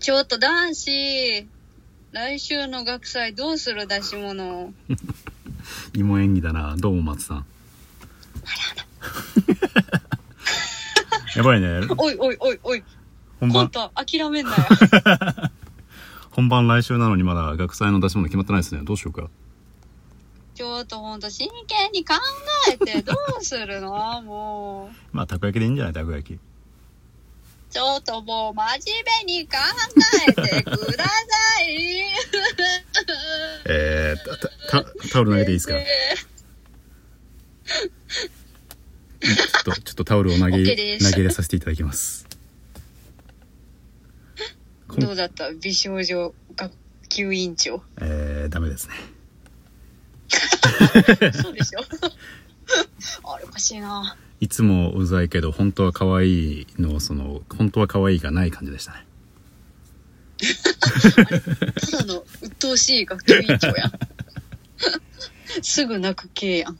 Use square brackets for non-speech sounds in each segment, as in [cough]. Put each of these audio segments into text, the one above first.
ちょっと男子、来週の学祭どうする出し [laughs] 物。芋演技だなどうも松さん [laughs] やばいねおいおいおいおい、本コン番ト諦めんなよ。 [laughs] 本番来週なのにまだ学祭の出し物決まってないですねどうしようかちょっとほんと真剣に考えてどうするのもう。まあたこ焼きでいいんじゃないたこ焼きちょっともう真面目に考えてください。 [laughs] えー、たたタタオル投げていいですかちょっとちょっとタオルを投げ OK 投げです入れさせていただきますどうだった美少女学級委員 [laughs] 長。えー、ダメですねそうでしょ [laughs] あれおかしいな。いつもうざいけど本当は可愛いのその本当は可愛いがない感じでしたねただの鬱陶しい学級委員長やん。すぐ泣く系やん。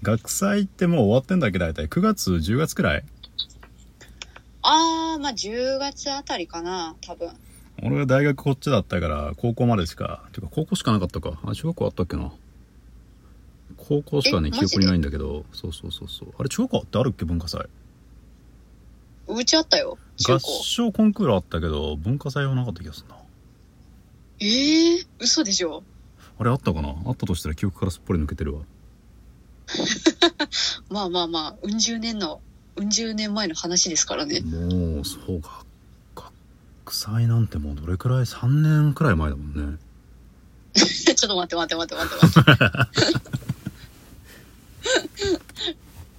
学祭ってもう終わってんだっけ大体9月10月くらいあー、まあ10月あたりかな、多分。俺が大学こっちだったから高校までしかてか高校しかなかったかあ中学校あったっけな高校しかねえ記マジで憶にないんだけどそうそうそうそうあれ中学校ってあるっけ文化祭うちあったよ、中合高。唱コンクールあったけど文化祭はなかった気がするなえー、嘘でしょあれあったかなあったとしたら記憶からすっぽり抜けてるわまあまあまあ、うん十年の、うん十年前の話ですからね。 [laughs] もうそうか学祭なんてもうどれくらい3年くらい前だもんねちょっと待って待って待って待って待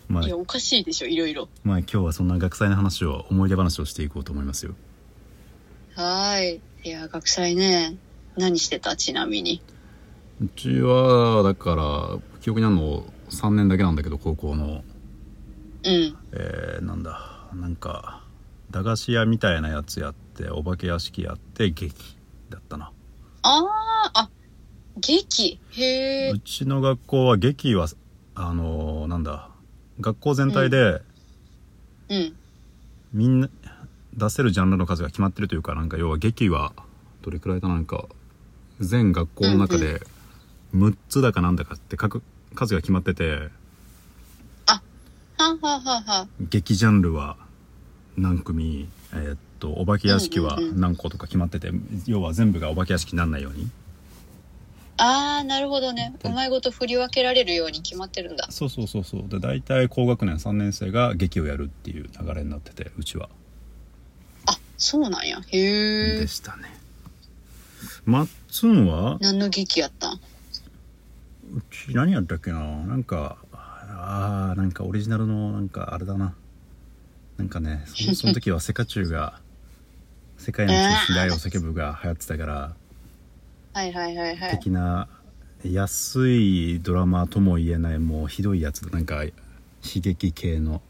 まあって。いや、おかしいでしょ、いろいろ。まあ今日はそんな学祭の話を思い出話をしていこうと思いますよはーい。いや、学祭ね。何してたちなみに。うちはだから記憶にあるの3年だけなんだけど高校のうん。えー、なんだなんか駄菓子屋みたいなやつやってお化け屋敷やって劇だったなあー、あ、劇。へーう。ちの学校は劇はあのーなんだ学校全体でうん。みんな出せるジャンルの数が決まってるというかなんか要は劇はどれくらいだなんか全学校の中で6つだかなんだかって書く数が決まっててはんはんはんはん。劇ジャンルは何組えーっとお化け屋敷はうんうんうん何個とか決まってて要は全部がお化け屋敷になんないようにあー、なるほどね。うんうまいこと振り分けられるように決まってるんだ。そうそうそうそうで大体高学年3年生が劇をやるっていう流れになっててうちはあ、そうなんや。へでー。したねまっつんは何の劇やったんうち何やったっけななんかあーなんかオリジナルのなんかあれだななんかねそのその時はセカチュウが「世界の中心で愛を叫ぶ」が流行ってたからはいはいはいはい。的な安いドラマとも言えないもうひどいやつなんか悲劇系の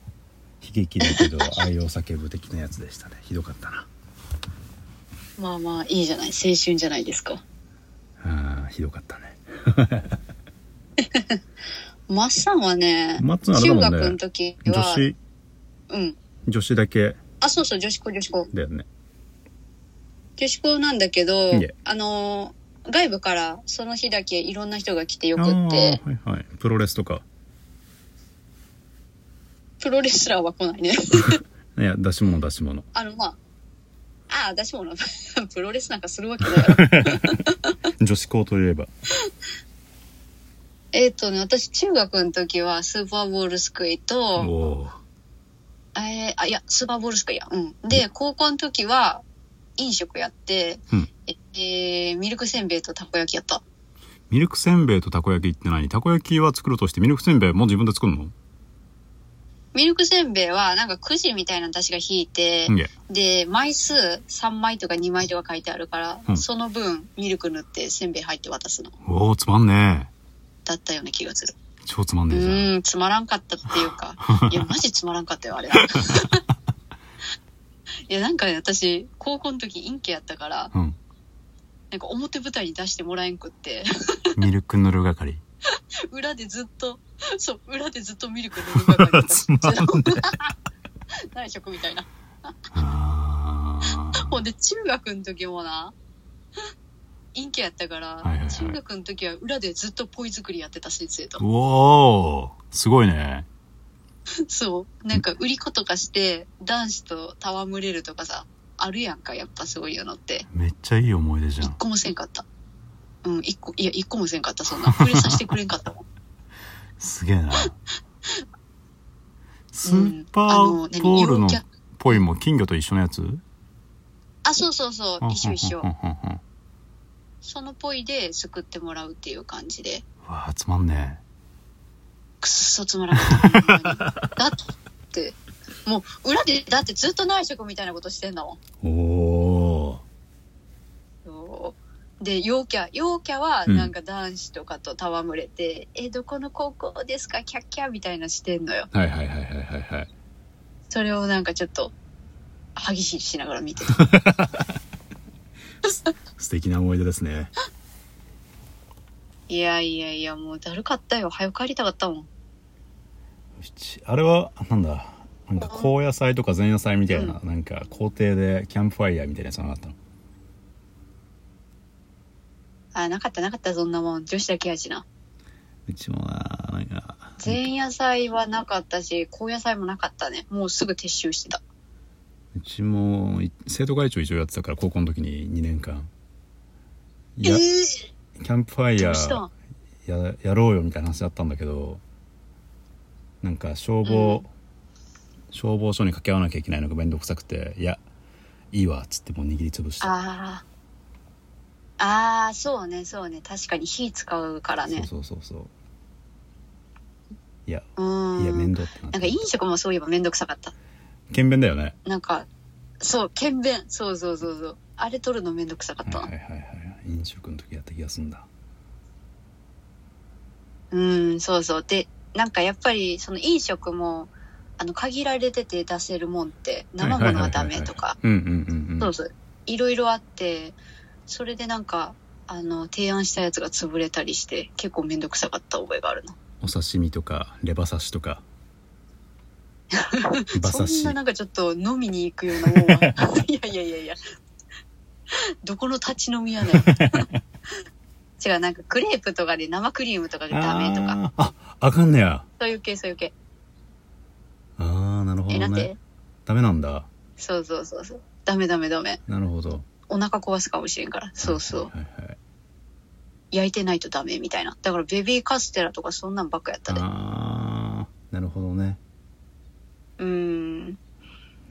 悲劇だけど愛を叫ぶ的なやつでしたね [laughs] ひどかったなまあまあ、いいじゃない。青春じゃないですか。あーひどかったねマッサンはね、マッサンあれだ中もんね学の時女は、子うん。女子だけあ、そうそう、女子校、女子校。だよね女子校なんだけどいいね、あのー、外部からその日だけいろんな人が来てよあくあって、ーはいはいプロレスとかプロレスラーは来ないね。 [laughs] いや出し物出し物あの、まあ、ああ、出し物、 [laughs] プロレスなんかするわけだから。女子校といえばえっとね、私中学の時はスーパーボールすくいおと、おーえー、あ、いや、スーパーボールすくいや。うん。で、高校の時は飲食やって、うんえーミルクせんべいとたこ焼きやった。ミルクせんべいとたこ焼きって何たこ焼きは作るとしてミルクせんべいも自分で作るのミルクせんべいは、なんかくじみたいなの私が引いて、いやで、枚数3枚とか2枚とか書いてあるから、うんその分ミルク塗ってせんべい入って渡すのおおつまんねだったような気がする。え超つまんうねえじゃんーん、つまらんかったっていう [laughs] か、いや、マジつまらんかったよ、あれ。いや、なんかね、私、高校の時陰気やったから、うんなんか表舞台に出してもらえんくって、ミルク塗る係裏でずっと、そう、裏でずっとミルク塗るばか [laughs] りつまんね内職みたいな。あーほんで中学の時もな、陰キャやったから、いはいはい中学の時は裏でずっとポイ作りやってた先生と。うおーすごいね。そう。なんか売り子とかして男子と戯れるとかさ、あるやんか、やっぱそういうのって。めっちゃいい思い出じゃ一ん。個もせんかった。うん、一個、いや、一個もせんかった、そんな。触れさせてくれんか [laughs] ったもん。すげえな。スーパーボールのポイも金魚と一緒のやつあ、そうそうそう、一緒一緒うん。うんうんうんそのポイで救ってもらうっていう感じで。うわあつまんねくっそつまらなかったほんま [laughs] に。だって、もう裏で、だってずっと内職みたいなことしてんだもん。え。おおそうで、陽キャ、陽キャはうんなんか男子とかと戯れて、え、どこの高校ですかキャッキャみたいなしてんのよ。ー。はいはいはいはいはいはい。それをなんかちょっと、歯ぎしりしながら見てた。 [laughs] 素敵な思い出ですね。いやいやいや、もうだるかったよ。早く帰りたかったもん。うちあれはなんだなんか高野菜とか前野菜みたいな、なんか校庭でキャンプファイヤーみたいなやつなかったのあ、なかったなかった、そんなもん。女子だけやしな。うちもななんか前夜祭はなかったし、後夜祭もなかったね。もうすぐ撤収してた。うちもい生徒会長一応やってたから高校の時に2年間いや、ーキャンプファイどヤうしたーんややろうよみたいな話だったんだけどなんか消防、消防署に掛け合わなきゃいけないのが面倒くさくていやいいわっつってもう握りつぶしたあーあー、そうね、そうね。確かに火使うからね。そうそうそうそういやうーん。いや面倒ってなっなんかて飲食もそういえばめんどくさかった。勤勉だよねなんか、そう、検便。そうそうそうそう。あれ取るのめんどくさかった。はいはいはいはい飲食の時やった気がすんだうん、そうそう。で、なんかやっぱり、その飲食も、あの、限られてて出せるもんって、生ものはダメとか、うんうんうんそうそう。いろいろあって、それでなんか、あの、提案したやつが潰れたりして、結構めんどくさかった覚えがあるの。お刺身とかレバ刺しと [laughs] か馬刺そんしななんかちょっと飲みに行くようなもんは [laughs] いやいやいやいやどこの立ち飲みや [laughs] ねん違うなんかクレープとかで生クリームとかでダメとかあーああかんねやそういう系そういう系ああなるほえどなんねてダメなんだそうそうそうそうダメダメダメなるほどお腹壊すかもしれんからそうそうはいはいはい焼いてないとダメみたいなだからベビーカステラとかそんなんばっかやったでああなるほどねうん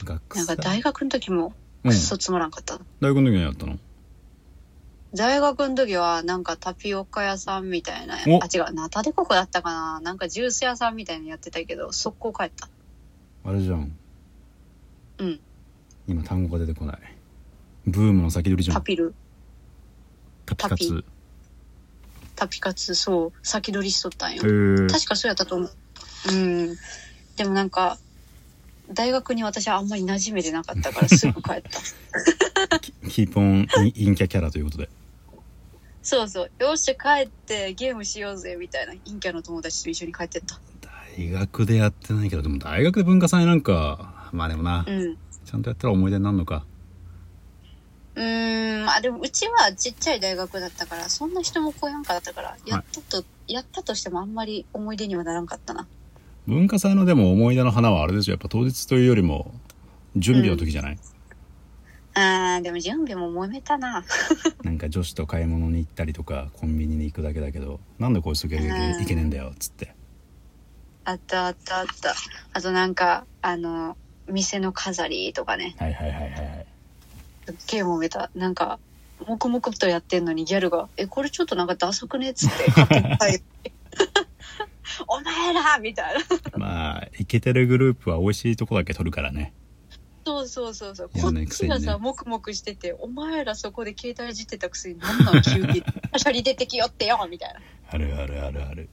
学なん祭か大学の時もうんくっそつまらんかった、大学の時にやったの大学の時はなんかタピオカ屋さんみたいなあお違うナタデココだったかななんかジュース屋さんみたいにやってたけど速攻帰ったあれじゃんうん今単語が出てこないブームの先取りじゃタんピルタピカツタピカツそう先取りしとったんよへー確かそうやったと思ううんでもなんか大学に私はあんまり馴染めてなかった [laughs] からすぐ帰ったキーポンインインキャキャラということでそうそうよっしゃ帰ってゲームしようぜみたいな陰キャの友達と一緒に帰ってった大学でやってないけどでも大学で文化祭なんかまあでもな、うんちゃんとやったら思い出になるのかうーん、まあでもうちはちっちゃい大学だったから、そんな人も来やんかったから、やったと、やったとしてもあんまり思い出にはならんかったな。文化祭のでも思い出の花はあれですよやっぱ当日というよりも準備の時じゃない、あー、でも準備も揉めたな。 [laughs] なんか女子と買い物に行ったりとかコンビニに行くだけだけどなんでこいつとけうんいけねえんだよっつってあったあったあった。あとなんか、あの、店の飾りとかね、はいはいはいはいはいすっげえ揉めた。なんか、黙々とやってんのにギャルが、え、これちょっとなんかダサくねっつって、買って帰って [laughs] お前らみたいな。まあイケてるグループは美味しいとこだけ取るからねそうそうそうそう。やこらないっくせちにねがさ、もくもくしてて、お前らそこで携帯いじってたくせに、なんなん急に、 [laughs] はしゃり出てきよってよみたいな。あるあるあるある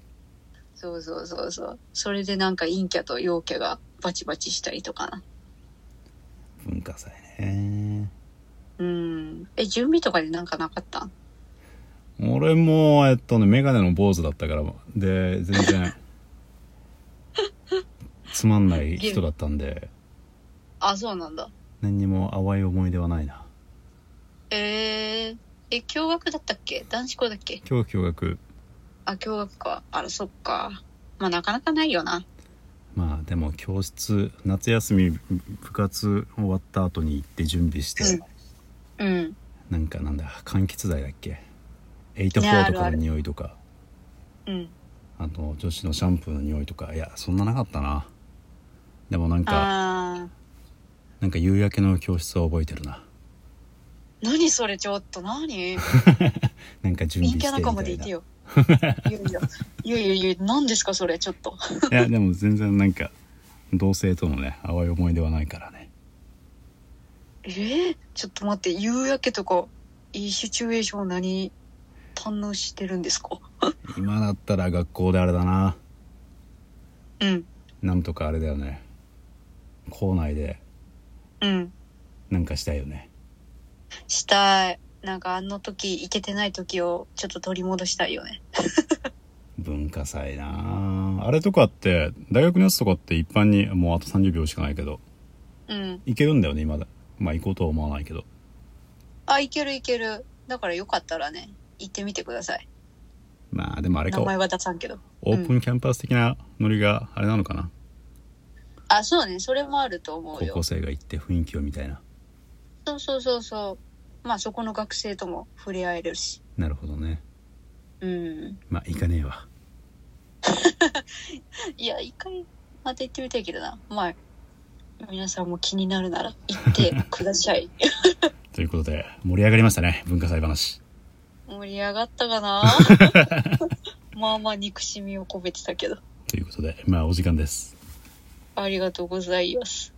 そうそうそうそう。それでなんか陰キャと陽キャがバチバチしたりとかな。文化祭ねうん。え、準備とかでなんかなかったん俺もえっとね眼鏡の坊主だったからで全然つ [laughs] まんない人だったんであ、そうなんだ。何にも淡い思い出はないなえー、え、共学だったっけ男子校だっけ今日共学あ、共学か。あら、そっか。まあ、なかなかないよな。まあでも教室夏休み部活終わった後に行って準備して、うん。なんかなんだ柑橘剤だっけ84とあるかあのる匂いとかうん。あと女子のシャンプーの匂いとかいやそんななかったなでもなんかああ。なんか夕焼けの教室を覚えてるな何それ、ちょっと、何なんか準陰キ備ャして仲間でみいたていなよ。いやいや、いやいやいや、何ですか、それ、ちょっと。いやでも全然なんか同性とのね淡い思い出はないからねえー、ちょっと待って、夕焼けとか、いいシチュエーション何、堪能してるんですか今だったら学校であれだなうん、なんとかあれだよね校内でうん。なんかしたいよねしたい。なんか、あの時、行けてない時を、ちょっと取り戻したいよね。文化祭なああれとかって大学のやつとかって一般にもうあと30秒しかないけどうん。いけるんだよね今だまあ行こうとは思わないけどあ、いけるいける。だから、よかったらね、行ってみてください。まあでもあれ名か前は出さんけど。オープンキャンパス的なノリがあれなのかな、あ、そうね、それもあると思う高よ校。生が行って雰囲気をみたいなそうそうそうそう。まあ、そこの学生とも触れ合えるし。なるほどねうん。まあ行かねえわいや、一回、また行ってみたいけどな。まあ、皆さんも気になるなら、行ってください。ということで盛り上がりましたね文化祭話盛り上がったかなまあまあ憎しみを込めてたけど。ということでまあお時間ですありがとうございます。